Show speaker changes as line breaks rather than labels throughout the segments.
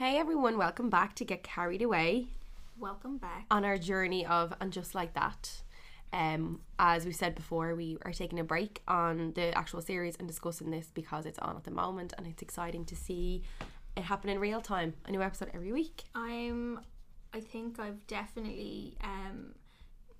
everyone, welcome back to Get Carried Away
Welcome back.
on our journey of And Just Like That. Um, as we said before, we are taking a break on the actual series and discussing this because it's on at the moment and it's exciting to see it happen in real time. A new episode every week.
I'm. I think I've definitely. Um,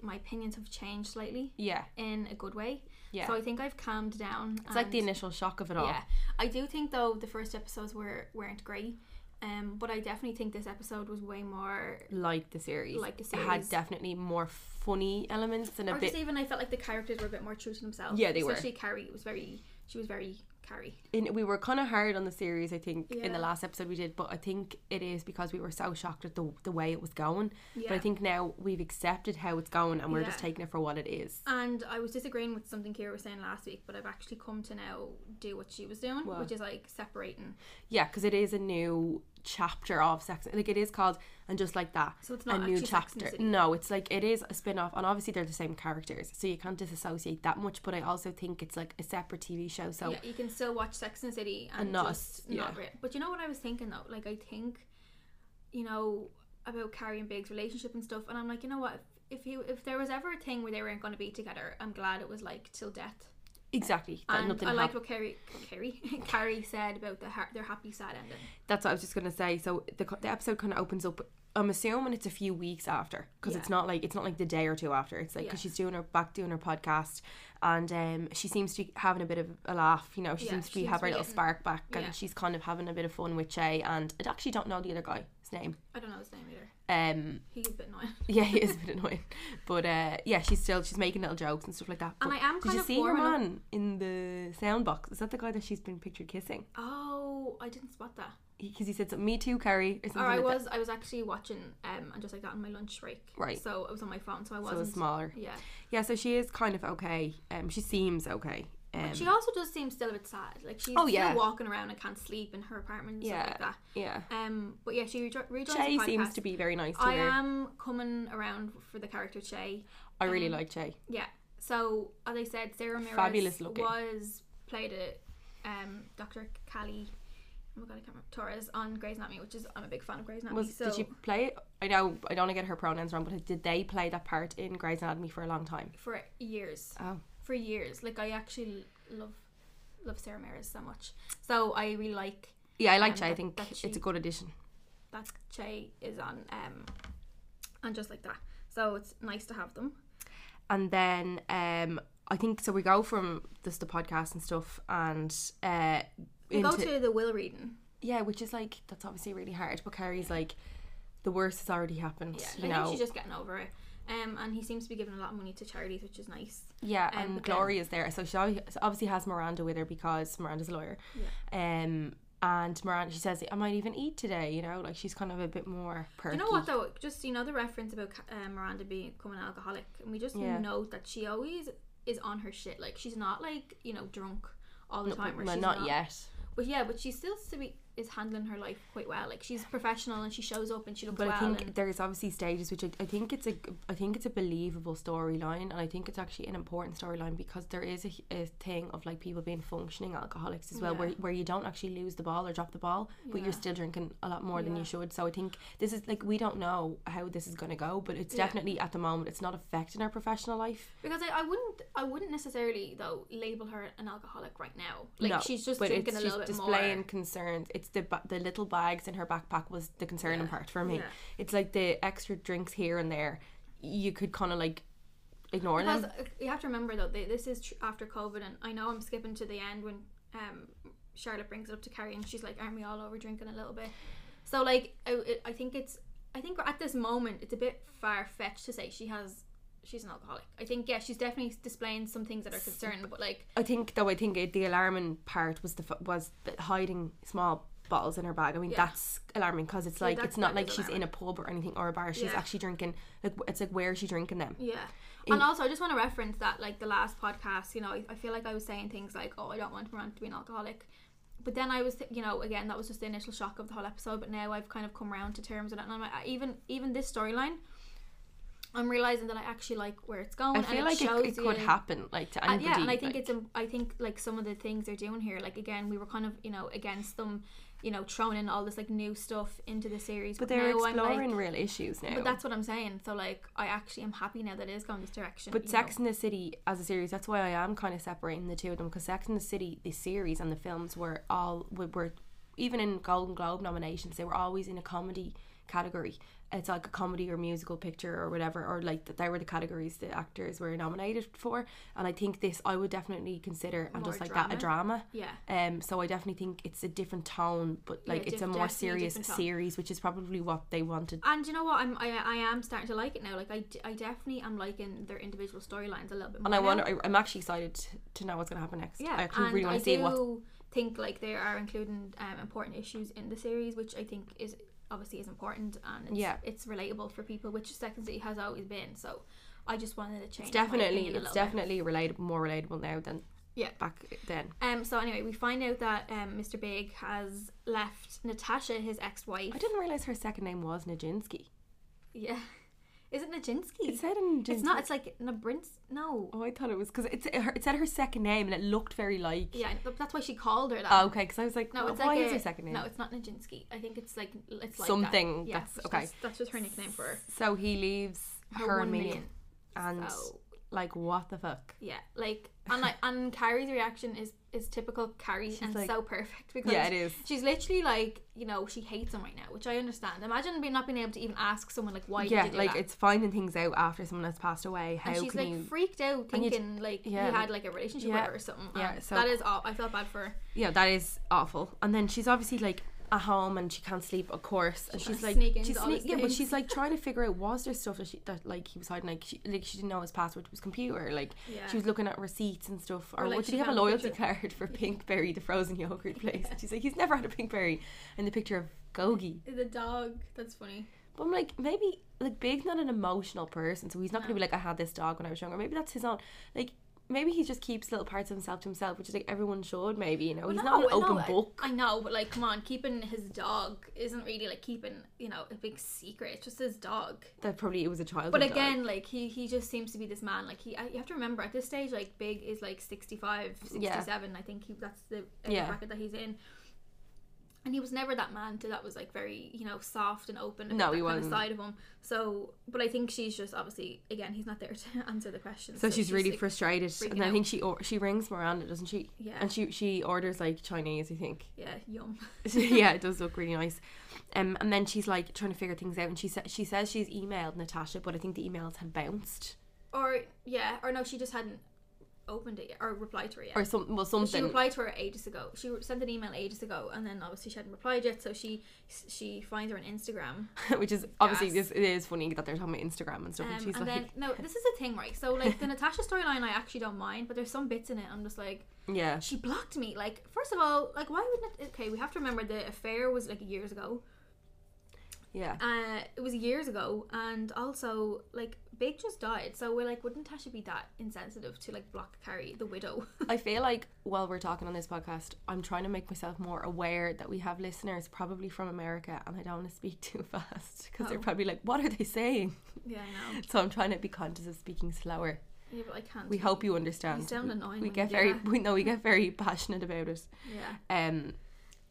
my opinions have changed slightly
Yeah.
in a good way.
Yeah.
So I think I've calmed down.
It's like the initial shock of it all.
Yeah. I do think though the first episodes were weren't great. Um, but I definitely think this episode was way more.
Like the series.
Like the
It had
series.
definitely more funny elements and a
or
bit
just even I felt like the characters were a bit more true to themselves.
Yeah, they were.
Especially Carrie. It was very. She was very Carrie.
and we were kind of hard on the series, I think, in the
Yeah.
last episode we did, but I think it is because we were so shocked at the, the way it was going. But I
Yeah.
think now we've accepted how it's going and we're just
Yeah.
taking it for what it is.
And I was disagreeing with something Kira was saying last week, but I've actually come to now do what she was doing,
What?
which is like separating.
Yeah, because it is a new chapter of Sex. Like it is called, and just like that,
So it's
a
not
new
actually Sex and the
chapter.
City.
No, it's like it is a spin off, and obviously they're the same characters, so you can't disassociate that much. But I also think it's like a separate TV show, so
Yeah, you can still watch Sex and the City and,
And not
just
us- yeah.
not re- But you know what I was thinking though? Like I think, you know, about Carrie and Big's relationship and stuff, and I'm like, you know what? If, if you if there was ever a thing where they weren't going to be together, I'm glad it was like till death.
exactly that
And
nothing.
I
happened.
liked what Carrie Carrie Carrie said about the ha- their happy sad ending.
That's what I was just gonna say. So the, co- the episode kind of opens up. I'm assuming it's a few weeks after because
Yeah.
it's not like it's not like the day or two after. It's like because
Yeah.
she's doing her back doing her podcast, and um, she seems to be having a bit of a laugh. You know, she
Yeah,
seems to
she
be
seems
have
to
her
be
little
getting-
spark back, and
yeah.
she's kind of having a bit of fun with Jay. And I actually don't know the other guy's name.
I don't know his name either.
Um,
He's a bit annoying.
yeah, he is a bit annoying, but uh, yeah, she's still she's making little jokes and stuff like that. But
And I am
did
kind
you
of
see her
warming up-
man in the sound box? Is that the guy that she's been pictured kissing?
Oh, I didn't spot that.
Because he said something, "Me too, Carrie," or something.
Or I
like that.
was I was actually watching um and just like that on my lunch break.
Right.
So I was on my phone, so I
So it
wasn't.
was smaller.
yeah.
Yeah, so she is kind of okay. Um, she seems okay. Um,
She also does seem still a bit sad. Like she's
Oh, yeah.
still walking around and can't sleep in her apartment and
yeah,
stuff like
yeah.
that. Um, but yeah, she rejo- rejoins
Che
the podcast.
seems to be very nice to
I
her.
am coming around for the character Che.
I really
um,
like Che.
Yeah. So as I said, Sarah Ramirez
Fabulous looking.
was played a um Dr. Callie. Oh my god, I can't remember Torres on Grey's Anatomy, which is I'm a big fan of Grey's Anatomy.
Was
so
did she play it? I know I don't want to get her pronouns wrong, but did they play that part in Grey's Anatomy for a long time?
for years,
Oh,
for years, like I actually love love Sarah Ramirez so much. So I really like
yeah, I like
Um,
Che. I
that-
think
that
it's a
she-
good addition.
that Che is on um and just like that. So it's nice to have them.
And then um, I think so. We go from just the podcast and stuff, and uh,
We
into,
go to the will reading.
yeah, which is like that's obviously really hard. But Carrie's like, the worst has already happened.
Yeah.
you
I
know,
think she's just getting over it. Um and he seems to be giving a lot of money to charities, which is nice.
Yeah,
Um,
and
but then-
Gloria's there, so she obvi- obviously has Miranda with her because Miranda's a lawyer. Yeah. Um, and Miranda, she says, "I might even eat today." You know, like she's kind of a bit more perky.
You know what though? Just you know the reference about Ca- uh, Miranda becoming an alcoholic, and we just
Yeah.
note that she always is on her shit. Like she's not like you know drunk all the
No,
time, or
well,
she's
not, yet.
But yeah, but she still to be, is handling her life quite well. Like she's professional and she shows up and she looks
But
well.
I think
and-
there's obviously stages, which I, I think it's a, I think it's a believable storyline, and I think it's actually an important storyline because there is a, h- a thing of like people being functioning alcoholics as well, where
Yeah.
where you don't actually lose the ball or drop the ball, but
Yeah.
you're still drinking a lot more than you
Yeah.
should. So I think this is like we don't know how this is gonna go, but it's
Yeah.
definitely at the moment it's not affecting our professional life.
because I, I wouldn't I wouldn't necessarily though label her an alcoholic right now. Like
no,
she's just
but
drinking
it's
a
she's
little bit
displaying
more.
concerns. It's the ba- the little bags in her backpack was the concerning
Yeah,
part for me.
yeah.
It's like the extra drinks here and there. You could kind of like ignore
Because
them.
uh, you have to remember though, they, this is tr- after COVID, and I know I'm skipping to the end when um, Charlotte brings it up to Carrie, and she's like, "Aren't we all over drinking a little bit?" So like, I, it, I think it's, I think at this moment it's a bit far fetched to say she has, she's an alcoholic. I think yeah, she's definitely displaying some things that are concerning, but like,
I think though. I think it, the alarming part was the f- was the hiding small bottles in her bag. I mean
Yeah.
that's alarming because it's like
that-
it's not
that
like
is
she's in a pub or anything or a bar. She's
Yeah.
actually drinking. Like it's like where is she drinking them?
Yeah.
In-
and also, I just want to reference that, like, the last podcast, you know, I, I feel like I was saying things like, oh, I don't want Miranda to be an alcoholic. But then I was, th- you know, again, that was just the initial shock of the whole episode. But now I've kind of come round to terms with it. And I'm like, I- even, even this storyline, I'm realizing that I actually like where it's going.
I
and
feel
it
like it,
shows
it could
you-
happen, like to
Uh,
anybody.
yeah, and I think
like-
it's im- I think like some of the things they're doing here, like again, we were kind of you know against them, you know, throwing in all this like new stuff into the series.
but they're
now I'm, like-
exploring real issues now.
but that's what I'm saying. So like, I actually am happy now that it is going this direction.
But
you
Sex
know.
in the City as a series, that's why I am kind of separating the two of them because Sex in the City, the series and the films were all were, were even in Golden Globe nominations, they were always in a comedy category. It's like a comedy or musical picture or whatever, or like that. They were the categories the actors were nominated for, and I think this I would definitely consider and
More
just like that a drama.
yeah,
Um, so I definitely think it's a different tone, but
Yeah,
like it's
def-
a more
definitely a
serious
different tone.
series, which is probably what they wanted.
and you know what? I'm I, I am starting to like it now. Like I, d- I definitely am liking their individual storylines a little bit. more
And I
now.
wonder, I, I'm actually excited t- to know what's going to happen next.
Yeah,
I actually
and
really
I
want to see
do
what
think like they are including um, important issues in the series, which I think is obviously is important and it's,
Yeah.
it's relatable for people, which Second City has always been. So I just wanted to change.
It's
my
definitely
opinion a
it's
little bit.
definitely relatable more relatable now than
Yeah.
back then.
Um. So anyway, we find out that um, Mr. Big has left Natasha, his ex-wife.
I didn't realize her second name was Nijinsky.
Yeah. Is it Nijinsky?
It said Nijinsky.
It's not. It's like Nabrins. No.
Oh, I thought it was because it, it said her second name and it looked very like.
Yeah. th- That's why she called her that.
Oh, okay, because I was like,
No,
no,
it's
why
like
is
a-
her second name?
No, it's not Nijinsky. I think it's like it's like that.
Something
Yeah,
that's-
which
okay.
is- That's just her nickname for her.
So he leaves
her,
her,
one
and me,
million.
and
So
like, what the fuck?
yeah, like and like and Carrie's reaction is is typical Carrie and
like-
so perfect because
Yeah, it is.
she's literally like you know she hates him right now, which I understand. Imagine being not being able to even ask someone like why
yeah,
did you do
like
that?
it's finding things out after someone has passed away. How
and she's
can
like
you?
freaked out,
And you-
thinking like
yeah,
he
like-
had like a relationship
yeah,
with her or something.
yeah,
and
so-
that is all. I felt bad for her.
Yeah, that is awful. And then she's obviously like at home and she can't sleep, of course. And
She's
she's
trying
like,
to sneak into
she's
all
sneak,
his
yeah, but
things.
she's like trying to figure out was there stuff that she that like he was hiding, like she like she didn't know his password to his computer, like
Yeah,
she was looking at receipts and stuff. Or,
Or, like,
what, did
she
he have a
found a
loyalty
picture-
card for Pinkberry, the frozen yogurt place? And she's like, he's never had a Pinkberry, and the picture of Gogi.
the dog. That's funny.
But I'm like, maybe like Big's not an emotional person, so he's not gonna
No.
be like, I had this dog when I was younger. Maybe that's his own. Like maybe he just keeps little parts of himself to himself, which is like everyone should. Maybe you know,
Well,
he's
no,
not an
no,
open
I-
book.
I know, but like, come on, keeping his dog isn't really like keeping you know a big secret. It's just his dog.
That probably it was a child.
But again, like he he just seems to be this man. Like he, I, you have to remember at this stage, like Big is like 65, 67.
Yeah.
I think he that's the uh,
Yeah.
bracket that he's in. And he was never that man to that was like very you know soft and open. about
No,
that
he
kind of
wasn't.
side of him. So, but I think she's just obviously again he's not there to answer the questions.
so she's really
like,
frustrated,
freaking
and I
out.
think she or- she rings Miranda, doesn't she?
Yeah.
And she she orders like Chinese, I think.
yeah, yum.
yeah, it does look really nice. Um, and then she's like trying to figure things out, and she sa- she says she's emailed Natasha, but I think the emails had bounced
Or yeah, or no, she just hadn't opened it yet, or replied to her yet.
or some well
But She
something.
replied to her ages ago. She re- sent an email ages ago, and then obviously she hadn't replied yet. So she she finds her on Instagram,
which is obviously
Gas.
this it is funny that they're talking about Instagram and stuff.
um,
and
and
she's like,
then no, this is the thing, right? So like the Natasha storyline, I actually don't mind, but there's some bits in it I'm just like,
yeah,
she blocked me. Like first of all, like why would not? Okay, we have to remember the affair was like years ago.
yeah,
Uh, it was years ago, and also like Big just died, so we're like, would not Natasha be that insensitive to like block Carrie, the widow?
I feel like while we're talking on this podcast, I'm trying to make myself more aware that we have listeners probably from America, and I don't want to speak too fast because they're
Oh.
probably like, "What are they saying?"
yeah, I know.
So I'm trying to be conscious of speaking slower.
Yeah, but I can't.
We hope you
You
understand.
sound annoying.
We
when
get
you do
very
that.
we know we get very passionate about it.
yeah.
Um,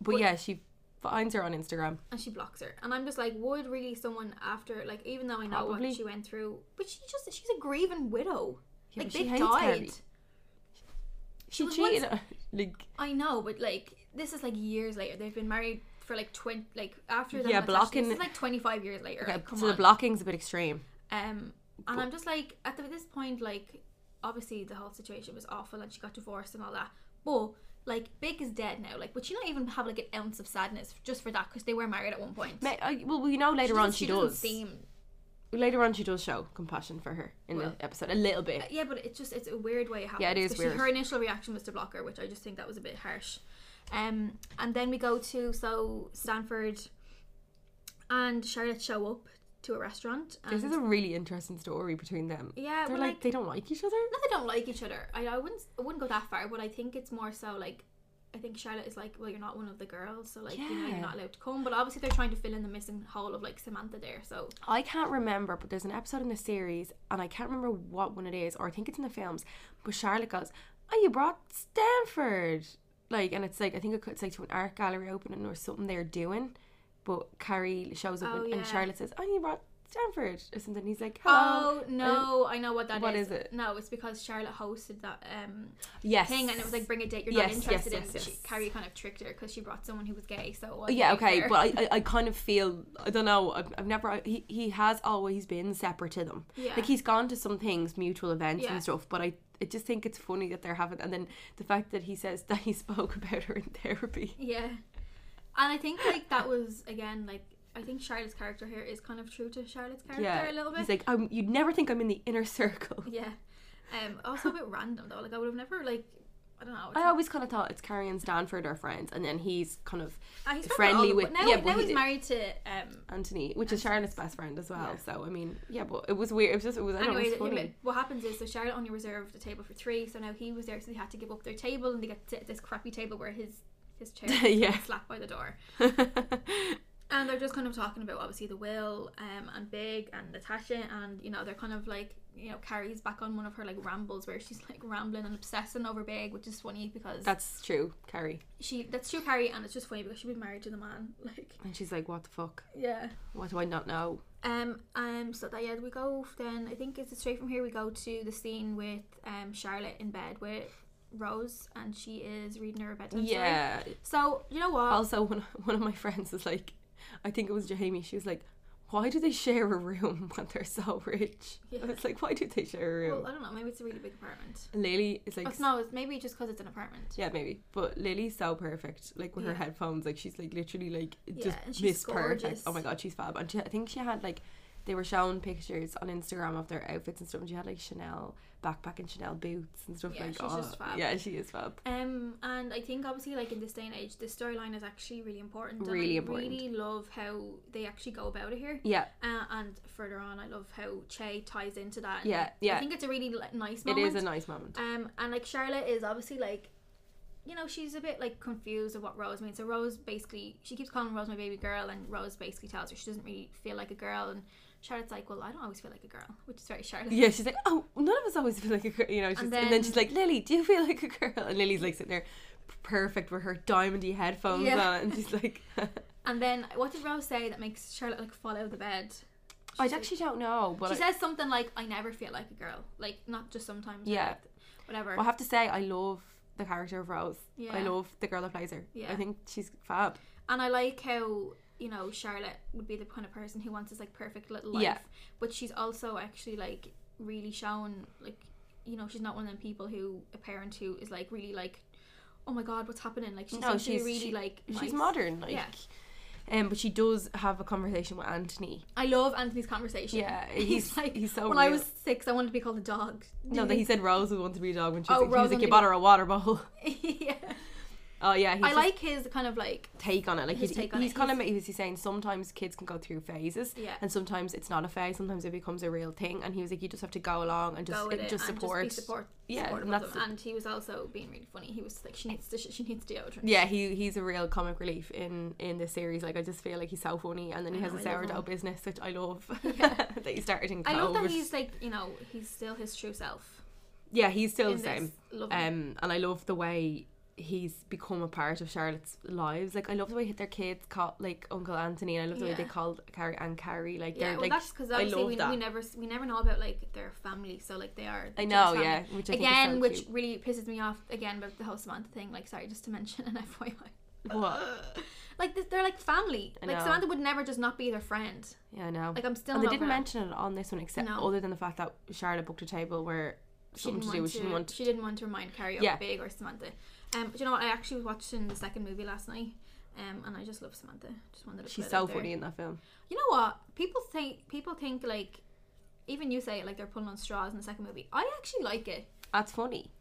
but,
But-
yeah, she finds her on Instagram.
and she blocks her. And I'm just like, would really someone after like even though I know
Probably.
what she went through, but she just she's a grieving widow.
Yeah,
like
but she
Big
hates
died.
Carrie. She
was
cheated. on- like
I know, but like this is like years later. They've been married for like twenty, like after them.
Yeah,
and it's
blocking-
actually- This is like twenty five years later.
okay,
like, come
so
on.
the blocking's a bit extreme.
um, and I'm just like at the, this point, like obviously the whole situation was awful, and she got divorced and all that. But like Big is dead now. Like, would she not even have like an ounce of sadness just for that? Because they were married at one point.
Ma- I- well, we know later on
doesn't-
she,
doesn't
does.
seem
Later on, she does show compassion for her in
Well.
the episode a little bit.
Yeah, but it's just it's a weird way it happens.
Yeah, it is
'cause she-
weird.
her initial reaction was to block her, which I just think that was a bit harsh. Um, and then we go to so Stanford and Charlotte show up to a restaurant. And
This is a really interesting story between them.
yeah,
They're
well,
like,
like,
they don't like each other.
not they don't like each other. I, I wouldn't I wouldn't go that far, but I think it's more so like I think Charlotte is like, well, you're not one of the girls, so like you know
Yeah.
you're not allowed to come. But obviously they're trying to fill in the missing hole of like Samantha there. So
I can't remember, but there's an episode in the series, and I can't remember what one it is, or I think it's in the films. But Charlotte goes, "Oh, you brought Stanford," like, and it's like I think it co- it's like to an art gallery opening or something they're doing. But Carrie shows up,
Oh,
and,
yeah.
and Charlotte says, "Oh, you brought Stanford," or something. He's like, "Hello."
oh no, I know what that
uh,
is.
What is it?
No, it's because Charlotte hosted that um
yes.
thing and it was like bring a date you're
Yes,
not
yes,
interested
yes,
in.
yes.
She, Carrie kind of tricked her because she brought someone who was gay. So it wasn't
Yeah,
like
okay,
fair.
but I, I, I kind of feel I don't know. I've, I've never I- he, he has always been separate to them.
Yeah.
Like he's gone to some things, mutual events
Yeah.
and stuff. But I I just think it's funny that they're having and then the fact that he says that he spoke about her in therapy.
Yeah. And I think like that was again like I think Charlotte's character here is kind of true to Charlotte's character a little bit.
he's like i you'd never think I'm in the inner circle.
yeah. Um also a bit random though. Like I would have never like I don't know. it's
I always kind of thought it's Carrie and Stanford are friends, and then he's kind of
Ah, he's
friendly
friendly with
with-
now,
yeah,
now
but he-
he's married to um
Anthony, which is Charlotte's best friend as well.
Yeah.
So I mean, yeah, but it was weird. It was just it was I don't know,
anyway
it was
the-
funny.
what happens is so Charlotte only reserved the table for three so now he was there so they had to give up their table and they got to sit at this crappy table where his his chair
Yeah.
is slapped by the door and they're just kind of talking about obviously the will um and big and Natasha and you know they're kind of like you know Carrie's back on one of her like rambles where she's like rambling and obsessing over big which is funny because
That's true, Carrie.
she that's true Carrie and it's just funny because she'd be married to the man like
And she's like, "What the fuck?
yeah
What do I not know?"
Um, um, so that yeah, we go then. I think it's straight from here. We go to the scene with um Charlotte in bed with Rose, and she is reading her a bedtime story.
Yeah,
So you know what?
Also, one, one of my friends was like, I think it was Jamie. She was like, "Why do they share a room when they're so rich?"
Yeah.
I was like, "Why do they share a room?"
well, I don't know. Maybe it's a really big apartment.
And Lily is like,
Oh, no, it's maybe just because it's an apartment.
yeah, maybe, but Lily's so perfect. Like with her
Yeah.
headphones, like she's like literally like just
and she's
miss perfect.
gorgeous.
Oh my god, she's fab. And she, I think she had like. They were showing pictures on Instagram of their outfits and stuff. And she had like Chanel backpack and Chanel boots and stuff
Yeah,
like.
she's
oh,
just fab.
Yeah, she is fab.
Um, and I think obviously, like in this day and age, the storyline is actually really important. and
Really
I
important.
Really love how they actually go about it here.
Yeah,
Uh, and further on, I love how Che ties into that. and
Yeah, yeah.
I think it's a really like, nice
it
moment.
is a nice moment.
Um, and like Charlotte is obviously like, you know, she's a bit like confused of what Rose means. So Rose basically, she keeps calling Rose my baby girl, and Rose basically tells her she doesn't really feel like a girl. And Charlotte's like, well, I don't always feel like a girl, which is very Charlotte.
Yeah, she's like, oh, none of us always feel like a girl, you know. She's, and, then,
then-
she's like, Lily, do you feel like a girl? And Lily's like sitting there, p- perfect with her diamondy headphones
Yeah.
on, and she's like,
And then what did Rose say that makes Charlotte like fall out of the bed?
I
She's like-
actually don't know, but
she
I,
says something like, I never feel like a girl, like not just sometimes. or,
Yeah.
like, whatever.
I have to say, I love the character of Rose.
yeah.
I love the girl that plays her.
Yeah.
I think she's fab.
And I like how you know Charlotte would be the kind of person who wants this like perfect little life,
Yeah.
but she's also actually like really shown like you know she's not one of them people who a parent who is like really like oh my god what's happening like she's
No,
actually
she's-
really
she-
like nice.
She's modern, like.
Yeah.
Um, but she does have a conversation with Anthony.
I love Anthony's conversation.
Yeah,
he's,
he's-
like
he's so
When I
real."
was six, I wanted to be called a dog.
No, that he said Rose would want to be a dog when she was,
Oh,
like, he was
Rose
like,
wanted
you
to
bought her a water bowl.
yeah,
Oh yeah, he's
I
just-
like his kind of like
take on it. Like
His
he's,
take on
he's
it.
kind of he was he's saying sometimes kids can go through phases,
Yeah.
and sometimes it's not a phase. Sometimes it becomes a real thing, and he was like, you just have to go along and just
go with it
just
and
support.
just be support,
Yeah,
supportive
and
of
that's-
them. And he was also being really funny. He was like, she needs to, she needs deodorant.
yeah, he he's a real comic relief in in this series. Like I just feel like he's so funny, and then he
I
has
know,
a
I love
sourdough
him.
business, which I love that he started in.
I
COVID.
love that he's like, you know, he's still his true self.
yeah, he's still
in
the same.
this. Love him.
Um, and I love the way he's become a part of Charlotte's lives. Like I love the way their kids call like Uncle Anthony, and I love the way they
Yeah.
called Carrie and Carrie. Like
yeah,
they're
well,
like
that's because
I
obviously
love
we,
that.
we never we never know about like their family, so like they are.
I
Jim's
know,
family.
yeah. Which I think is
again,
so
which
cute.
really pisses me off again about the whole Samantha thing. Like, sorry, just to mention an FYI.
what?
Like th- they're like family.
I
Like
know.
Samantha would never just not be their friend.
Yeah, I know.
Like I'm still.
and they
not
didn't
over that.
mention it on this one, except
No.
other than the fact that Charlotte booked a table where
She
something to
didn't
do
want
with she didn't want.
She didn't want to remind Carrie
Yeah.
or Big or Samantha. Um, do you know what? I actually was watching the second movie last night. Um, and I just love Samantha. Just wanted to. put
She's
it
so
out there.
funny in that film.
You know what? People think people think like even you say it like they're pulling on straws in the second movie. I actually like it.
That's funny.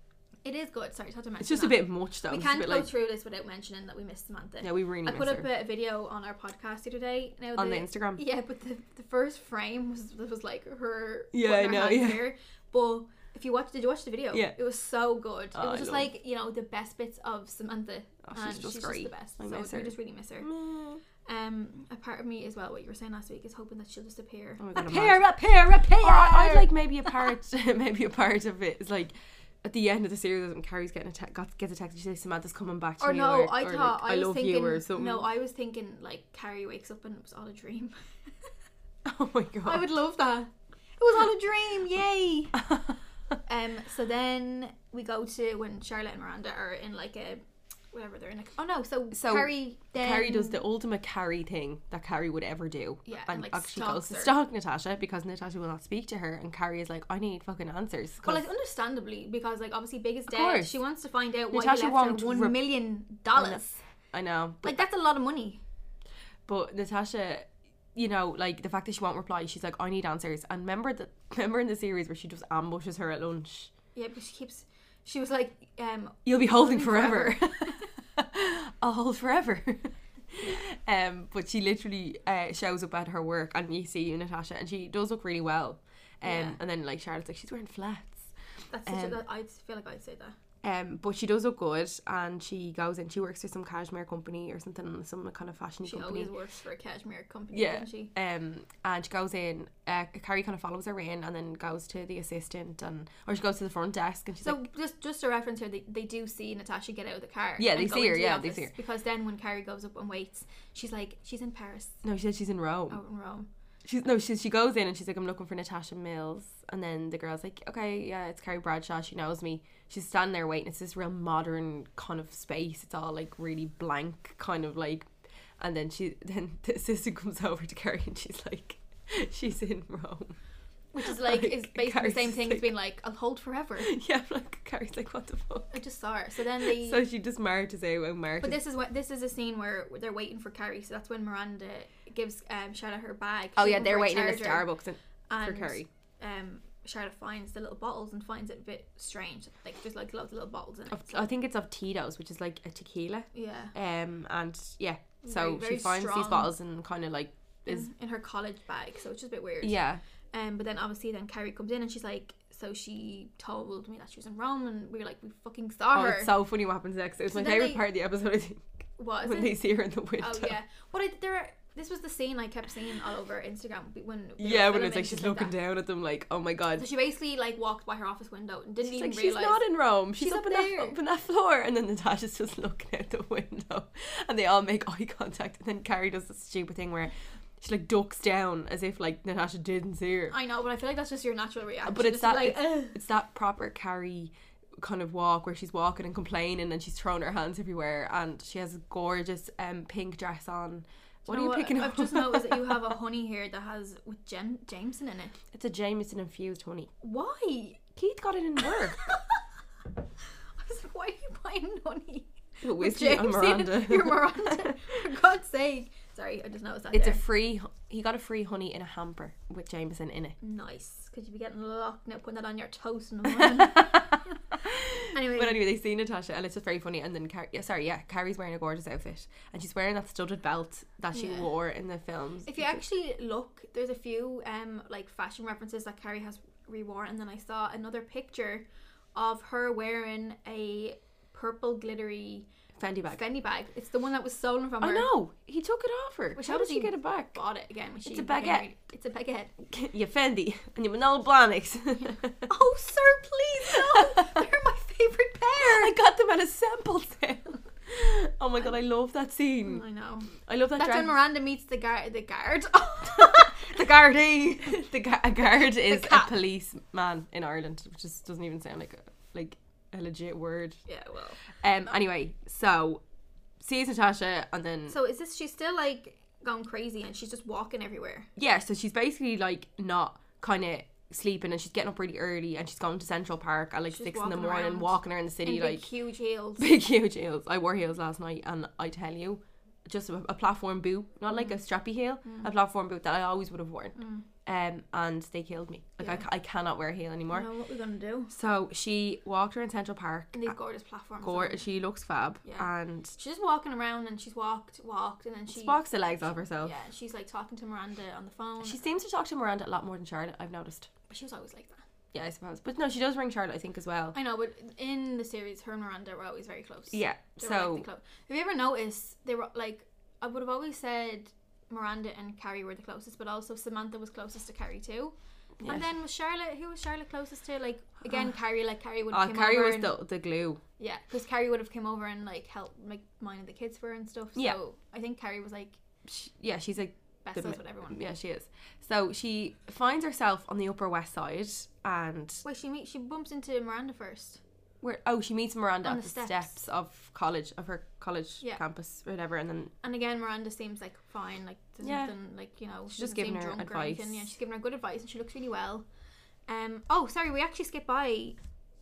It is good. Sorry, just had to mention.
It's just
that.
a bit much though.
We
It's just a
can't
bit
go
like
through this without mentioning that we missed Samantha.
yeah, we really
I
miss
put up
her
a video on our podcast the other day. Now
on the Instagram.
yeah, but the, the first frame was was like her.
Yeah,
putting
I
her
know,
hands
yeah.
here. but If you watch, did you watch the video?
Yeah.
It was so good.
Oh,
it
I
was just
love-
like you know the best bits of Samantha.
Oh,
and
she's just great.
the best.
I
so
miss
we
her.
just really miss her. Um, a part of me as well. What you were saying last week is hoping that she'll just appear.
Oh my God,
appear, appear, appear.
Or I- I'd like maybe a part, maybe a part of it is like at the end of the series when Carrie's getting a te- got, gets a text. She says Samantha's coming back to
Or
me.
no,
or,
I
or,
thought
like,
I was
love
thinking.
you or something.
No, I was thinking like Carrie wakes up and it was all a dream.
oh my god.
I would love that. It was all a dream, yay! um, so then we go to when Charlotte and Miranda are in like a whatever they're in. Like, oh no, so,
So
Carrie then
Carrie does the ultimate Carrie thing that Carrie would ever do.
Um, Yeah, and,
and,
like,
actually
stalks
goes to
her.
stalk Natasha because Natasha will not speak to her, and Carrie is like, I need fucking answers. 'cause
Well, like understandably because like obviously big is dead.
course.
She wants to find out why
Natasha
he left
won't
her one
rep-
million dollars.
I know, but,
Like that's a lot of money.
but Natasha, you know, like the fact that she won't reply, she's like, I need answers. And remember that, remember in the series where she just ambushes her at lunch.
Yeah, because she keeps. She was like, um,
You'll be holding
me
forever. I'll hold forever. um, but she literally uh, shows up at her work, and you see Natasha, and she does look really well. Um,
Yeah.
and then like Charlotte's like she's wearing flats.
that's such
Um,
a, I feel like I'd say that.
Um, but she does look good, and she goes in. She works for some cashmere company or something, some kind of fashion
She
company.
always works for a cashmere company,
Yeah.
doesn't she?
Um, and she goes in. Uh, Carrie kind of follows her in, and then goes to the assistant, and or she goes to the front desk, and she's
So
like,
just just a reference here, they, they do see Natasha get out of the car.
Yeah, they
and go
see her,
into the
yeah, they see
office,
her.
Because then when Carrie goes up and waits, she's like, she's in Paris,
"No, she said she's in Rome."
out in Rome.
She's no, she she goes in and she's like, I'm looking for Natasha Mills, and then the girl's like, okay, yeah, it's Carrie Bradshaw. She knows me. She's standing there waiting. It's this real modern kind of space. It's all like really blank, kind of like, and then she then the assistant comes over to Carrie and she's like, she's in Rome.
Which is like,
Like,
is basically
Carrie's
the same thing
like-
as being like, I'll hold forever.
Yeah, I'm like Carrie's like, what the fuck?
I just saw her. So then they.
So she just marches out and
but
marches.
this is what this is a scene where they're waiting for Carrie. So that's when Miranda gives um, Charlotte her bag.
Oh
She's
yeah,
looking
they're
for a
waiting in a
charger,
Starbucks and, for
and,
Carrie.
Um, Charlotte finds the little bottles and finds it a bit strange. Like there's like loads of little bottles in it.
Of,
so-
I think it's of Tito's, which is like a tequila.
yeah.
Um, and yeah, so
Very- very
she finds these
strong.
bottles and kind of like is
In, in her college bag, so it's just a bit weird.
yeah.
Um, but then obviously then Carrie comes in and she's like, so she told me that she was in Rome, and we were like, we fucking saw
Oh,
her.
it's so funny what happens next. It was
So
my
then
favorite
they-
part of the episode. I think
what is
when
it?
they see her in the window.
oh yeah, but I, there are. This was the scene I kept seeing all over Instagram b- when we were
Yeah, when
filming
it's like she's
just
looking
that.
down at them, like, oh my god.
So she basically like walked by her office window and didn't
She's
even
like, she's
realize.
not in Rome. She's,
She's
up,
up
in
there.
that, up in that floor. And then Natasha's just looking out the window, and they all make eye contact. And then Carrie does this stupid thing where she like ducks down as if like Natasha didn't see her.
I know, but I feel like that's just your natural reaction.
Uh, But it's
just
that
like,
it's,
"Ugh."
it's that proper Carrie kind of walk where she's walking and complaining and she's throwing her hands everywhere and she has a gorgeous um pink dress on. What are
You
you
know
picking
I've
up?
just noticed that you have a honey here that has with Jen Jameson in it.
It's a Jameson infused honey.
Why?
Keith got it in work.
I was like, why are you buying honey?
With
With
whiskey and
James in it.
Miranda.
You're Miranda. For God's sake. Sorry, I just noticed that.
It's a
there.
free. He got a free honey in a hamper with Jameson in it.
nice. Could you be getting locked now putting that on your toast in the morning? anyway,
But anyway, they see Natasha, and it's just very funny. And then, Car- yeah, sorry, yeah, Carrie's wearing a gorgeous outfit, and she's wearing that studded belt that she
Yeah.
wore in the films.
if you actually look, there's a few um like fashion references that Carrie has reworn, and then I saw another picture of her wearing a purple glittery
Fendi bag.
Fendi bag. It's the one that was stolen from
I
her.
know he took it off her.
Which
How did
obviously-
she get it back?
Bought it again. When she
a
became
baguette.
married. It's a baguette.
yeah, Fendi and your Manolo Blahniks.
Oh, sir, please no! They're my favorite pair.
I got them at a sample sale. Mm. Oh my god, I love that scene.
I know.
I love that.
That's
dress.
when Miranda meets the guard. The guard.
the guardie. The gu- a guard is a
cop.
policeman in Ireland, which just doesn't even sound like a, like a legit word.
yeah. Well.
Um. Anyway, so sees Natasha, and then
So is this? She's still like going crazy, and she's just walking everywhere.
yeah, so she's basically like not kind of sleeping, and she's getting up really early, and she's going to Central Park at like
She's
six in the
walking
morning,
around
walking around the
In
city
big,
like
huge heels.
big huge heels. I wore heels last night, and I tell you, just a, a platform boot, not
Mm.
like a strappy heel, a platform boot that I always would have worn. Um, and they killed me. Like I
Mm. Yeah. Mm.
ca- I, cannot wear a heel anymore.
I know what we're gonna do.
So she walked around Central Park.
And these gorgeous platforms.
Gore, she looks fab
Yeah.
and
She's just walking around, and she's walked, walked, and then she.
just walks the legs off herself.
Yeah, she's like talking to Miranda on the phone.
She seems to talk to Miranda a lot more than Charlotte. I've noticed.
but she was always like that.
yeah, I suppose. But no, she does ring Charlotte, I think, as well.
I know, but in the series, her and Miranda were always very close.
Yeah.
They were, like,
so
the clo- have you ever noticed they were like I would have always said Miranda and Carrie were the closest, but also Samantha was closest to Carrie too.
Yeah.
And then was Charlotte, who was Charlotte closest to? Like again, Carrie. Like Carrie would.
oh,
have came
Carrie
over
was
and,
the the glue.
Yeah, because Carrie would have came over and like helped like mind the kids for and stuff. So
Yeah.
I think Carrie was like
She, yeah, she's like
best
The
friends
mi-
with everyone.
yeah, she is. So she finds herself on the Upper West Side, and
Wait, she meet she bumps into Miranda first.
where oh she meets Miranda
On
at
the
the
steps.
steps. of college of her college
Yeah.
campus or whatever, and then
And again, Miranda seems like fine, like there's
Yeah.
nothing like you know.
She's
she
just
doesn't
giving
seem
her
drunk
advice.
Or anything. Yeah, she's giving her good advice, and she looks really well. Um. Oh, sorry, we actually skipped by.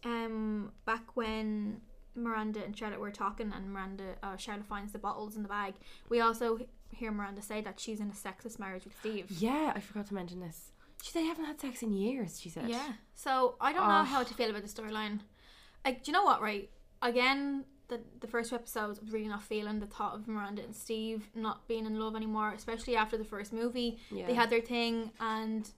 Um. Back when Miranda and Charlotte were talking, and Miranda, uh, Charlotte finds the bottles in the bag. We also h- hear Miranda say that she's in a sexist marriage with Steve.
yeah, I forgot to mention this. She said they haven't had sex in years. She said
Yeah. So I don't know
Oh.
how to feel about the storyline. Like, do you know what? Right. Again, the the first two episodes, I was really not feeling the thought of Miranda and Steve not being in love anymore, especially after the first movie.
yeah.
They had their thing, and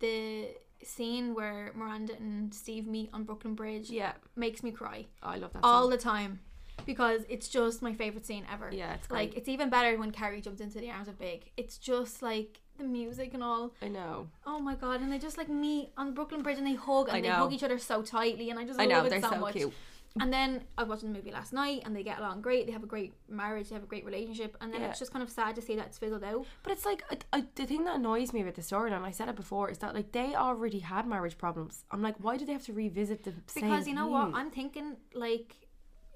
the scene where Miranda and Steve meet on Brooklyn Bridge
yeah.
makes me cry
Oh, I love that.
all
song.
the time because it's just my favorite scene ever.
yeah, it's great.
Like it's even better when Carrie jumps into the arms of Big. It's just like the music and all.
I know.
Oh my god! And they just like meet on Brooklyn Bridge and they hug and
I
they
know.
hug each other so tightly and I just
I
love
know
it
they're
so,
so,
much.
cute.
And then I was watching the movie last night and they get along great. They have a great marriage. They have a great relationship. And then
Yeah.
it's just kind of sad to see that it's fizzled out.
But it's like I, I, the thing that annoys me about the storyline. and I said it before, is that like they already had marriage problems. I'm like, why do they have to revisit the same?
Because you know what?
thing?
I'm thinking like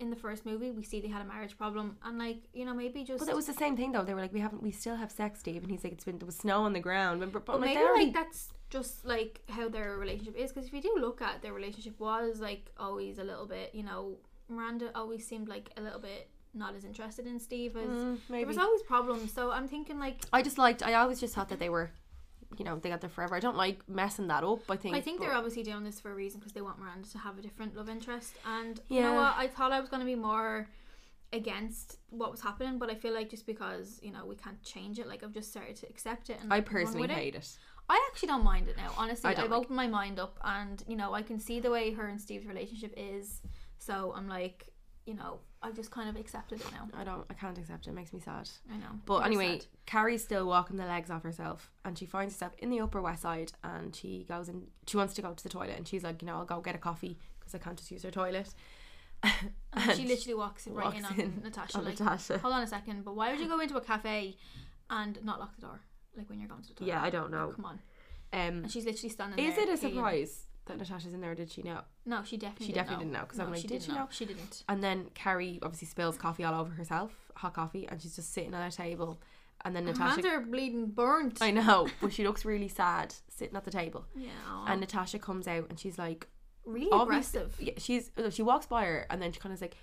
in the first movie we see they had a marriage problem and like you know maybe just
But it was the same thing though. They were like, we haven't, we still have sex, Dave, and he's like, it's been there was snow on the ground. Remember, but
But
I'm like,
maybe
they already-
like that's just like how their relationship is. Because if you do look at their relationship, was like always a little bit. You know, Miranda always seemed like a little bit not as interested in Steve as
Mm,
there was
maybe.
always problems. So I'm thinking like
I just liked. I always just thought that they were, you know, they got there forever. I don't like messing that up. I think.
I think
but-
they're obviously doing this for a reason because they want Miranda to have a different love interest. And you know
Yeah.
what? I thought I was going to be more against what was happening, but I feel like just because you know we can't change it, like I've just started to accept it. And
I
like, run
personally
with it.
hate it.
I actually don't mind it now. Honestly,
I don't
I've
like
opened my mind up, and you know, I can see the way her and Steve's relationship is. So I'm like, you know, I've just kind of accepted it now.
I don't. I can't accept it. It makes me sad.
I know.
But
It is
anyway,
sad.
Carrie's still walking the legs off herself, and she finds herself in the Upper West Side, and she goes and she wants to go to the toilet, and she's like, you know, I'll go get a coffee because I can't just use her toilet.
And she literally walks right in
walks
on
in
Natasha.
on
like,
Natasha.
hold on a second, but why would you go into a cafe and not lock the door, like when you're going to the toilet?
Yeah, I don't
Like,
know.
Come on,
Um,
and she's literally standing.
is
there
it a
peeing.
surprise that Natasha's in there? or Did she know?
No, she definitely.
She
didn't
definitely
know.
didn't know, 'cause
no,
I'm like,
she
did
didn't
she know?
She didn't.
And then Carrie obviously spills coffee all over herself, hot coffee, and she's just sitting at a table. And then
Her
Natasha,
hands are bleeding burnt.
I know, but she looks really sad sitting at the table.
yeah,
And Natasha comes out and she's like,
really
obviously-
aggressive.
yeah, she's uh, she walks by her and then she kind of is like,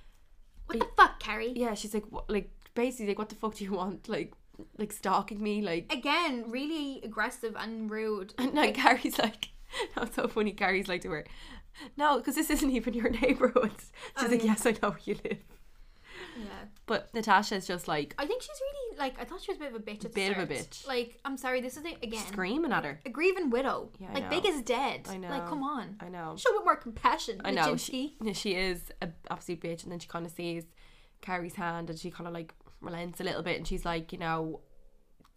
What the fuck, Carrie?
yeah, she's like, what, like basically like, what the fuck do you want? Like, like stalking me? Like,
Again, really aggressive and rude.
and then Carrie's like, that's so funny. Carrie's like to her, no, because this isn't even your neighborhood. She's like,
Um,
yes, I know where you live.
Yeah.
But Natasha's just like
I think she's really like I thought she was a bit of a bitch. At
Bit
the
of a
start.
bitch.
Like I'm sorry, this is the, again
screaming at her.
a grieving widow.
Yeah, I
like
know.
Big is dead.
I
Like
know.
come on,
I know.
show a bit more compassion.
I know
Nijinsky.
she, yeah, she is an absolute bitch, and then she kind of sees Carrie's hand, and she kind of like relents a little bit, and she's like, you know,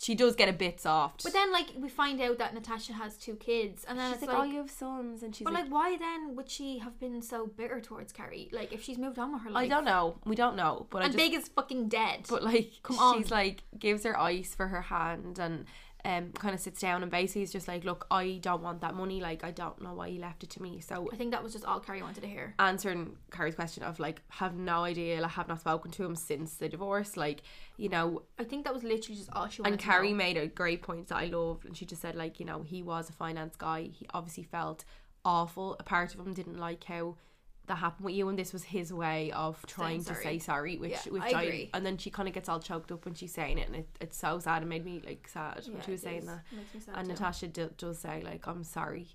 she does get a bit soft.
But then like we find out that Natasha has two kids, and then
she's
it's
like,
like.
oh, you have sons, and she's
but
like,
like, why then would she have been so bitter towards Carrie? Like, if she's moved on with her life,
I don't know, we don't know, but I
and
just,
Big is fucking dead.
but like,
Come
she's
on.
like gives her ice for her hand, and um, kind of sits down, and basically is just like, look, I don't want that money, like I don't know why you left it to me, so.
I think that was just all Carrie wanted to hear.
Answering Carrie's question of like, have no idea, like, have not spoken to him since the divorce. Like, you know,
I think that was literally just all she wanted.
and
to
Carrie
know.
made a great point that I loved, and she just said like, you know, he was a finance guy. He obviously felt awful. A part of him didn't like how that happened with you, and this was his way of trying to
sorry.
say sorry, which
Yeah,
which
I
I,
agree.
and then she kind of gets all choked up when she's saying it, and it, it's so sad. It made me like sad
Yeah,
when she was
it
saying
is.
that.
It Makes me sad
And
too.
Natasha d- does say like, I'm sorry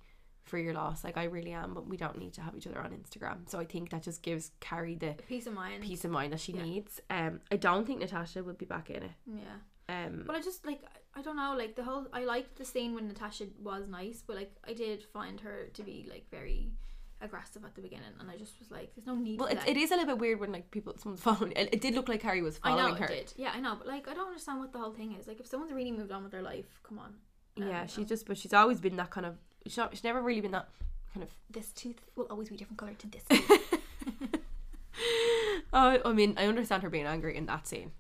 for your loss. Like I really am, but we don't need to have each other on Instagram. So I think that just gives Carrie the
peace of mind.
peace of mind that she
Yeah.
needs. Um, I don't think Natasha will be back in it.
Yeah.
Um,
But I just like I- I don't know, like the whole I liked the scene when Natasha was nice, but like I did find her to be like very aggressive at the beginning, and I just was like, there's no need.
well,
for
it,
that.
it is a little bit weird when like people someone's following. It, it did look like Harry was
I
following
know
her.
it did. Yeah, I know, but like I don't understand what the whole thing is. Like if someone's really moved on with their life, come on.
Yeah,
Um,
she's just, but she's always been that kind of. She's, not, she's never really been that kind of.
This tooth will always be different color to this.
Oh, I mean, I understand her being angry in that scene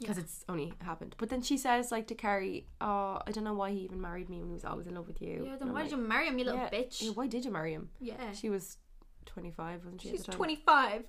because
Yeah.
it's only happened. But then she says like to Carrie, "Oh, I don't know why he even married me when he was always in love with you."
yeah,
And
then
I'm
why
like,
did you marry him, you little
yeah,
bitch?
yeah, why did you marry him?
yeah,
She was twenty five, wasn't she? at
she's
the time?
twenty five.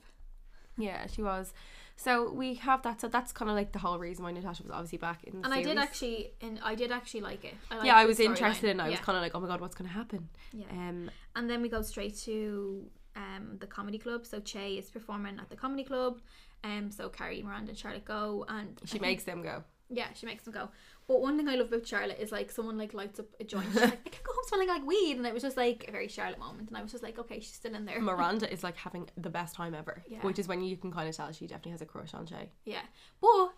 Yeah, she was. So we have that. So that's kind of like the whole reason why Natasha was obviously back in the
and I did
series.
actually, and I did actually like it. I
yeah,
liked
I
the
was
storyline.
interested in. I was
Yeah,
kind of like, oh my god, what's going to happen?
yeah.
Um,
And then we go straight to um, the comedy club. So Che is performing at the comedy club. Um, so Carrie, Miranda, and Charlotte go, and
she makes them go.
yeah, she makes them go. But one thing I love about Charlotte is like someone like lights up a joint. She's like, I can go home smelling like weed, and it was just like a very Charlotte moment. And I was just like, okay, she's still in there.
Miranda is like having the best time ever,
Yeah.
which is when you can kind of tell she definitely has a crush on Shay.
Yeah, but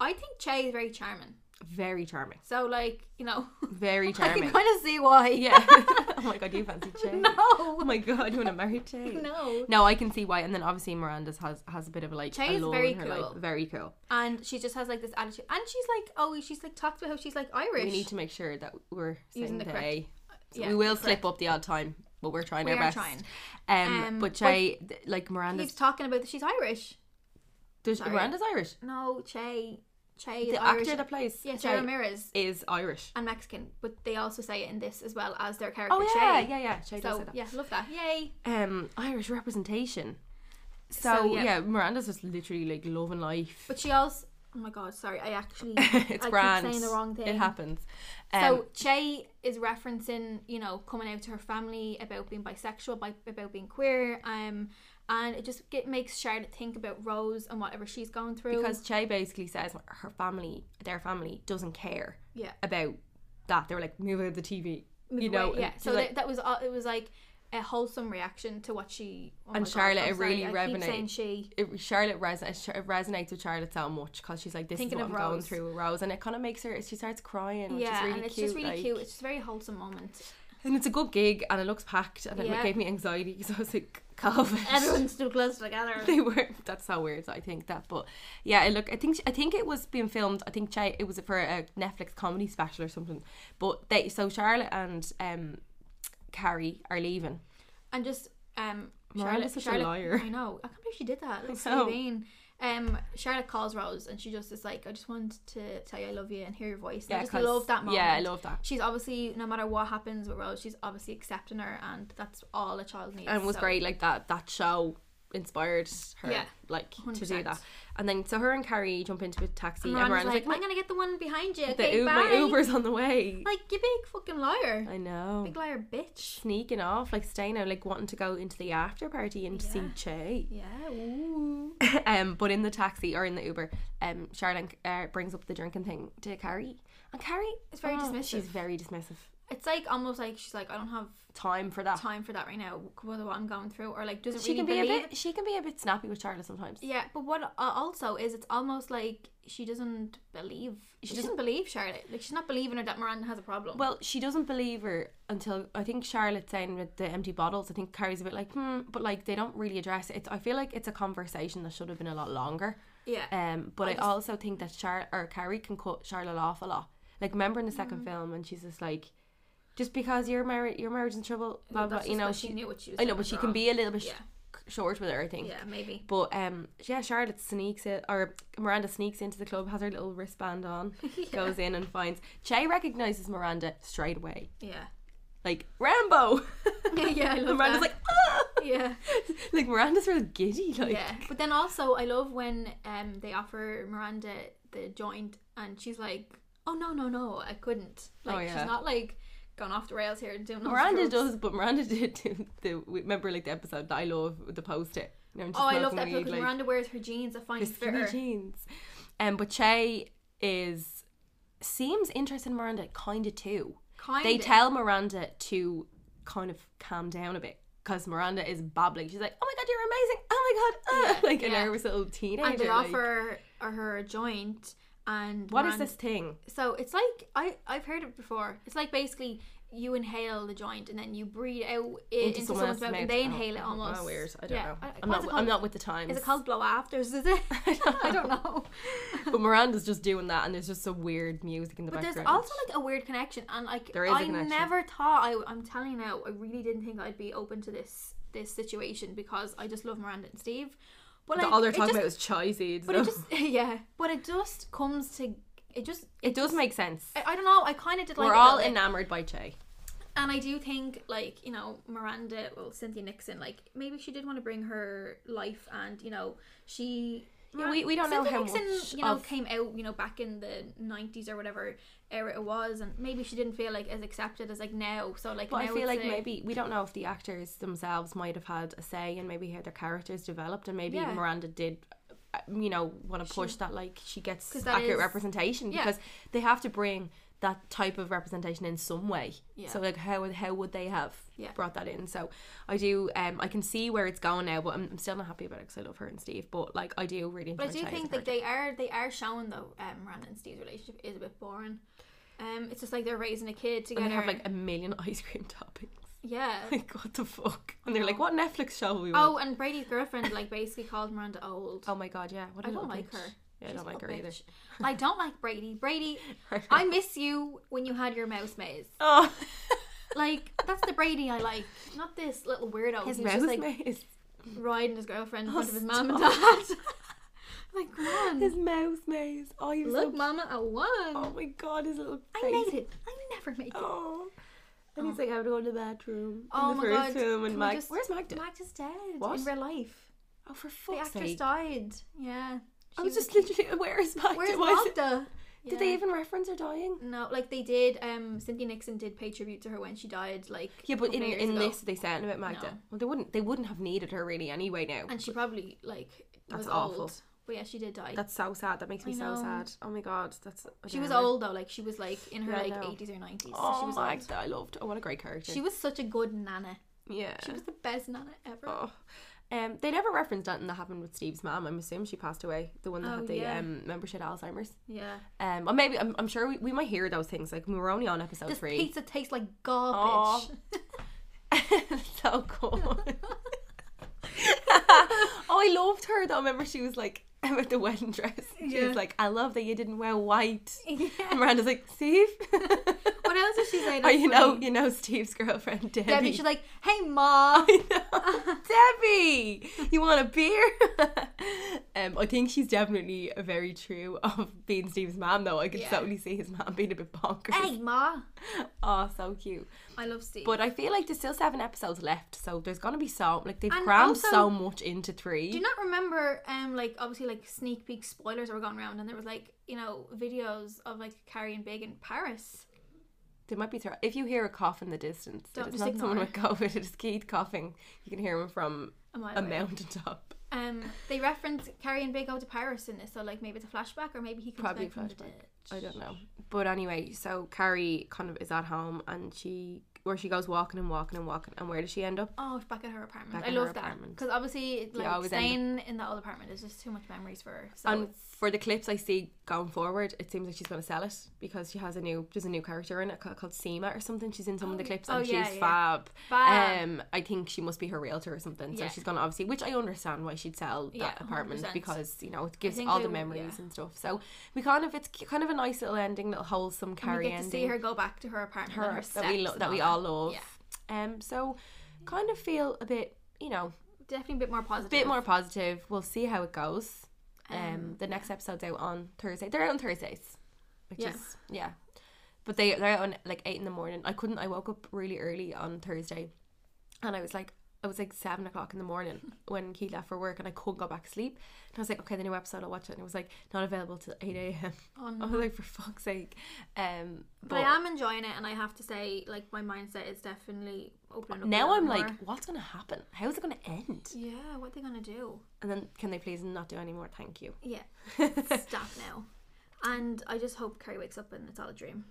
I think Che is very charming.
Very charming,
So like you know,
very
I can
charming.
kind of see why.
yeah. oh my god, do you fancy Shay? Oh
No.
my god, you want to marry Shay?
No.
No, I can see why. And then obviously Miranda's has has a bit of like
Che
a
is
lull
very
in her
cool.
life. Very cool.
And she just has like this attitude, and she's like, oh, she's like talked about how she's like Irish.
We need to make sure that we're saying
Using the correct-
A. So
Yeah,
we will
correct.
slip up the odd time, but we're trying
We
our
are
best.
trying.
Um,
Um,
but Jay, th- like
He's
Miranda's,
talking about that she's Irish.
there's,
sorry.
Miranda's Irish.
No, Che. Che is
The
Irish.
actor that plays
yeah,
Jay
Che Ramirez
is Irish.
and Mexican, but they also say it in this as well as their character
Oh yeah,
Che.
yeah, yeah. Jay does
So
say that.
yeah, love that. Yay.
Um, Irish representation. So,
So,
yeah.
yeah.
Miranda's just literally like loving life.
But she also Oh my god, sorry, I actually
it's
I
grand.
keep saying the wrong
It
thing.
happens. Um,
so Che is referencing, you know, coming out to her family about being bisexual, bi- about being queer, um, and it just get, makes Charlotte think about Rose and whatever she's going through.
because Che basically says her family, their family doesn't care
yeah,
about that. They were like, move out of the TV. you know,
Right, yeah.
and
So
she's
that, that was all- it was like a wholesome reaction to what she oh
And
my God,
Charlotte,
I'm
it really
sorry, I keep
resonated.
saying she.
it, Charlotte resonates. It resonates with Charlotte so much because she's like, "This
Thinking
is
of
what I'm going
Rose.
through with Rose," and it kind of makes her. She starts crying, which
yeah,
is Oh, really
and it's
cute.
just really
like-
cute. It's just a very wholesome moment.
and it's a good gig, and it looks packed, and it
Yeah.
gave me anxiety because I was like, "Calvin."
Everyone's too close together.
they were. That's so weird. I think that, but yeah, it look. I think I think it was being filmed. I think Chi, it was for a Netflix comedy special or something. But they so Charlotte and um Carrie are leaving.
And just um,
Miranda's
Charlotte,
such a
Charlotte,
liar.
I know. I can't believe she did that. It looks
know.
so mean. Um, Charlotte calls Rose, and she just is like, "I just wanted to tell you I love you and hear your voice." And I just
'cause-
love that moment.
Yeah, I love that.
She's obviously no matter what happens with Rose, she's obviously accepting her, and that's all a child needs.
and it was
so-
great like that that show inspired her
Yeah,
like to do
100%.
that and then so her and Carrie jump into a taxi
And
and
Miranda's
Miranda's
like,
like,
"I'm gonna get the one behind you."
the
Okay,
Uber,
bye.
my Uber's on the way
Like you big fucking liar,
I know
big liar, bitch.
sneaking off like staying out like wanting to go into the after party and to see Che
Yeah. Ooh.
um but in the taxi or in the Uber um Charlotte uh, brings up the drinking thing to Carrie and Carrie
It's very dismissive.
Oh, she's very dismissive
It's like almost like she's like, I don't have
time for that
time for that right now with what I'm going through, or like doesn't
she
really
can be a
believe.
bit she can be a bit snappy with Charlotte sometimes
Yeah, but what a- also is it's almost like she doesn't believe. She, doesn't, believe Charlotte. Like she's not believing her that Miranda has a problem.
Well, she doesn't believe her until I think Charlotte's saying with the empty bottles. I think Carrie's a bit like, hmm, but like they don't really address it. It's, I feel like it's a conversation that should have been a lot longer.
yeah,
Um, but I, also think that Char or Carrie can cut Charlotte off a lot. Like remember in the second film, and she's just like, just because your marriage your marriage is in trouble, blah
Well,
blah.
that's
You
just
know,
what she
she,
knew what she was.
I know,
doing
but she
was
can
wrong.
be a little bit
Yeah.
sh- short with her. I think.
Yeah, maybe.
But um, yeah, Charlotte sneaks it, or Miranda sneaks into the club, has her little wristband on, goes in and finds. Che recognizes Miranda straight away,
Yeah.
like Rambo.
yeah, I love
Miranda's
that.
like, ah!
yeah,
like Miranda's real giddy, like.
yeah. But then also, I love when um they offer Miranda the joint, and she's like, "Oh no, no, no, I couldn't." Like
Oh, yeah.
she's not like gone off the rails here and doing. loads of
Miranda
drugs.
does, but Miranda did do the. Remember, like the episode that I love, with the post-it. You know, when she's
Oh, I love
smoking
that
weed,
because
like,
Miranda wears her jeans. I find
the
it
skinny
fitter.
jeans. Um, but Che is seems interested in Miranda, kind of too.
Kind
they tell Miranda to kind of calm down a bit because Miranda is babbling. She's like, "Oh my god, you're amazing! Oh my god!" uh,"
Yeah,
like a
yeah.
nervous little teenager.
and they
like-
offer her- her a joint And
What is
Rand-
this thing?
So it's like I I've heard it before. It's like basically you inhale the joint and then you breathe out it into, someone's mouth, and they inhale it almost.
Oh, weird. I don't
Yeah.
know.
I-
I'm not.
what's it
I'm
called?
not with the times.
Is it called blow afters? Is it? I don't know.
But Miranda's just doing that, and there's just some weird music in the
But there's
background.
also like a weird connection, and like
There is a
I
connection.
never thought I. I'm telling you now, I really didn't think I'd be open to this this situation because I just love Miranda and Steve. But like,
all they're
it
talking
just-
about is chai seeds.
But
though.
it just yeah. But it just comes to it just
it does make sense.
I, I don't know. I kind of did like
We're
it a little
all
bit.
enamored by chai.
And I do think, like, you know, Miranda, well, Cynthia Nixon, like, maybe she did want to bring her life and, you know, she.
Yeah, we- we don't know
Cynthia
how
Nixon,
much
you know,
of-
came out, you know, back in the 90s or whatever era it was, and maybe she didn't feel, like, as accepted as, like, now. So, like,
But I
now
feel
it's
like
a-
maybe we don't know if the actors themselves might have had a say and maybe how their characters developed, and maybe
Yeah.
Miranda did, uh, you know, want to push that like she gets
'Cause that
accurate
is-
representation
yeah.
because they have to bring that type of representation in some way.
Yeah.
So like how would- how would they have
Yeah.
brought that in? So I do um I can see where it's going now, but I'm, I'm still not happy about it because I love her and Steve, but like I do really enjoy.
But I do
Shia as a
think
character.
that they are they are showing though um, Miranda and Steve's relationship is a bit boring. Um, it's just like they're raising a kid together.
and they have like a million ice cream toppings.
yeah,
Like what the fuck? And they're like, what Netflix show will we watch?
Oh, and Brady's girlfriend like basically called Miranda old.
Oh my god, yeah. What a
I don't
little
like
bitch.
her.
Yeah, I
She's
don't like
a
her either.
bitch. I don't like Brady. Brady, I miss you when you had your mouse maze.
Oh,
Like that's the Brady I like, not this little weirdo.
his
who's
mouse
just like
maze.
riding his girlfriend in
Oh,
front of his mom and dad. like man,
His mouse maze. Oh, you
look, mama, I
Oh
won.
my god, his little face.
I made it. I never make it.
Oh, and he's like, I have to go to the bathroom.
Oh
in the
my
first
god!
Film, and
Can we
Mag-
just-
where's Magda?
Mag is dead
Oh. What?
in real life.
oh, for
The
fuck's
actress
sake!
died. Yeah.
I
She
was
a
just
kid.
literally, where is Magda?
Where's
Why is it-
Magda?
Did
Yeah.
they even reference her dying?
No, like they did. Um, Cynthia Nixon did pay tribute to her when she died. Like
Yeah, but
couple
in
of years
in
ago.
this they said about Magda.
No.
Well, they wouldn't they wouldn't have needed her really anyway now.
and she probably like
That's
was
awful.
old. But yeah, she did die.
That's so sad. That makes me
I
so
know.
sad. Oh my god, that's I
she
don't
was
know.
old though. Like she was like in her
Yeah, I
like
know.
eighties or nineties. so
Oh
she was
Magda, I
old.
loved. Oh, what a great character.
She was such a good nana.
yeah.
She was the best nana ever.
Oh. Um, they never referenced anything that happened with Steve's mom. I'm assuming she passed away. The one that
Oh,
had the
yeah.
um, membership Alzheimer's.
Yeah.
Um, or maybe I'm, I'm sure we, we might hear those things. Like we were only on episode
This
three.
pizza tastes like garbage.
so cool. oh, I loved her though. Remember she was like with the wedding dress. She
Yeah.
was like, I love that you didn't wear white.
Yeah.
And Miranda's like, Steve.
What else did she say?
oh,
That's
you know,
funny?
you know Steve's girlfriend Debbie.
Debbie. She's like, "Hey, ma."
I know. Debbie, you want a beer? um, I think she's definitely very true of being Steve's mom, though. I could
Yeah.
totally see his mom being a bit bonkers.
hey, ma.
Oh, so cute.
I love Steve.
But I feel like there's still seven episodes left, so there's gonna be so like they've
And
crammed
also-
so much into three.
Do you not remember, um, like obviously like sneak peek spoilers that were going around, and there was like you know videos of like Carrie and Big in Paris.
there might be thr- if you hear a cough in the distance,
Don't-
it's
just
not someone with
ignore
COVID. It's Keith coughing. You can hear him from
Am I
a
aware?
mountaintop.
Um, they reference Carrie and Big go to Paris in this, so like maybe it's a flashback, or maybe he comes
Probably
back from the
flashback.
dead.
I don't know. But anyway, so Carrie kind of is at home and she where she goes walking and walking and walking and where does she end up?
Oh, it's back at her apartment.
Back
I
at her
love that
apartment.
because obviously, it,
You
like
always
staying in that old apartment is just too much memories for her. So
and
it's,
for the clips I see going forward, it seems like she's going to sell it because she has a new there's a new character in it ca- called Seema or something. She's in some of the
Oh,
clips
oh,
and
yeah,
she's
yeah.
fab.
Fab.
Um, I think she must be her realtor or something. So
Yeah.
she's going to obviously, which I understand why she'd sell
Yeah,
that apartment
100%.
because you know it gives
think
all
I
the
would,
memories
yeah.
and stuff. So we kind of it's c- kind of a nice little ending, little wholesome
and we
Carrie
get to
ending
see her go back to her apartment. and
her
her
that we
steps
lo-
and
that we all love.
Yeah.
Um, so kind of feel a bit, you know,
Definitely a bit more positive.
a bit more positive. We'll see how it goes. Um,
Um,
the next episode's out on Thursday. They're out on Thursdays, which
Yeah.
is yeah. But they they're out on like eight in the morning. I couldn't. I woke up really early on Thursday, and I was like. I was like seven o'clock in the morning when he left for work, and I couldn't go back to sleep. And I was like, "Okay, the new episode, I'll watch it." And it was like not available till eight a.m.
Oh,
I was like, "For fuck's sake!" Um,
But I am enjoying it, and I have to say, like my mindset is definitely opening up. a
now
lot
I'm
more.
like, "What's gonna happen? How's it gonna end?"
yeah, what are they gonna do?
And then, can they please not do any more? Thank you.
Yeah, stop now. And I just hope Carrie wakes up and it's all a dream,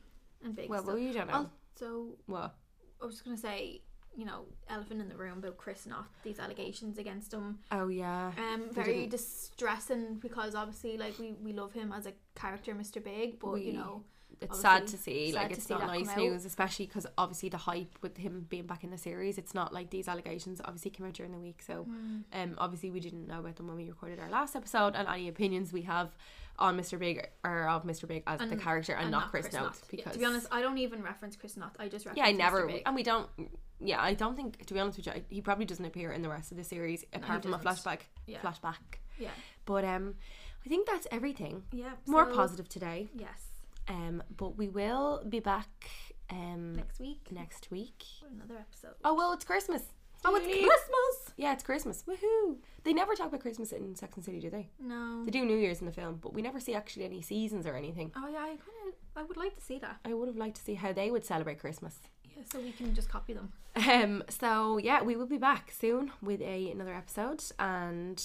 and big.
Well,
stuff.
well, you don't know.
also,
What?
I was just gonna say, you know elephant in the room about Chris Knott these allegations against him.
Oh yeah.
Um,
They
very
didn't-
distressing because obviously like we we love him as a character, Mr. Big, but
We-
you know
It's sad to
obviously
see.
sad
like
to
it's
see
not
that come
nice
out.
news, especially because obviously the hype with him being back in the series. It's not like these allegations obviously came out during the week, so um obviously we didn't know about them when we recorded our last episode, and any opinions we have on Mr. Big are of Mr. Big as the
And-
character and,
and
not Chris, Note
Knott. Yeah,
because
to be honest, I don't even reference Chris Knott. I just reference
yeah, I never,
Mr. Big.
and we don't. Yeah, I don't think to be honest with you, I- he probably doesn't appear in the rest of the series apart from a
doesn't.
flashback.
Yeah.
Flashback,
yeah,
but um, I think that's everything.
yeah.
More
so-
positive today.
Yes,
Um, but we will be back um
next week
next week.
for another episode.
Oh well, it's Christmas. Oh, it's
Yay.
Christmas. Yeah, it's Christmas. Woohoo! They never talk about Christmas in Sex and the City, do they?
No.
They do New Year's in the film, but we never see actually any seasons or anything.
Oh yeah, I kind of I would like to see that.
I would have liked to see how they would celebrate Christmas.
Yeah, so we can just copy them.
Um. So yeah, we will be back soon with a another episode, and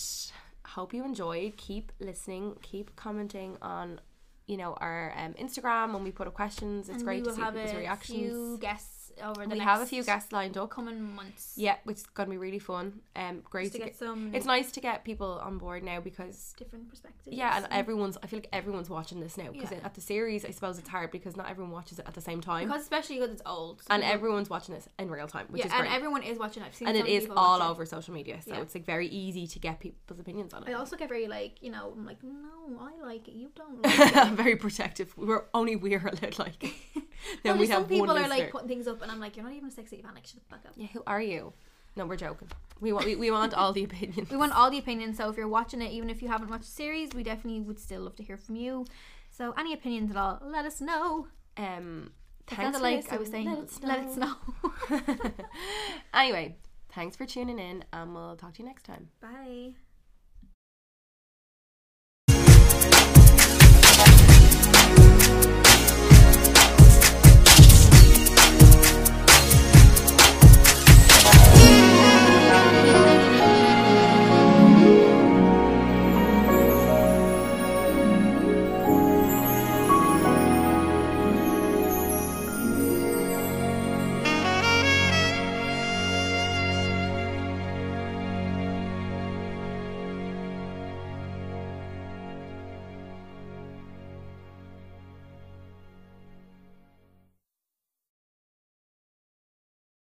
hope you enjoyed. Keep listening. Keep commenting on. You know our um, Instagram when we put up questions. It's
And
great
we
to
will
see
have
people's
a
reactions.
few guests over the
we
next
have a few guests lined up.
coming months.
Yeah, which is gonna be really fun. Um, great
just to get some
It's nice to get people on board now because
different perspectives.
yeah, and everyone's. I feel like everyone's watching this now because
Yeah.
at the series, I suppose it's hard because not everyone watches it at the same time,
because Mm. especially because it's old. so
and
people-
everyone's watching this in real time, which
yeah,
is
and
great.
everyone is watching. I've seen
and
so
it
many
is
people
all
watch it.
over social media, so
Yeah.
it's like very easy to get people's opinions on
I
it.
also get very like you know I'm like no I like it you don't like it.
very protective. We're only we're allowed like. then
Well,
we
just
have
some people
one
are like
listener.
putting things up and I'm like you're not even a sexy fan like shut the fuck up.
yeah, who are you? No, we're joking. We want we, we want all the opinions.
We want all the opinions, so if you're watching it, even if you haven't watched the series, we definitely would still love to hear from you. So any opinions at all, let us know.
Um,
It
thanks
sounded
for
like I
listening.
was saying,
Let us
Let us know.
anyway, thanks for tuning in, and we'll talk to you next time.
Bye.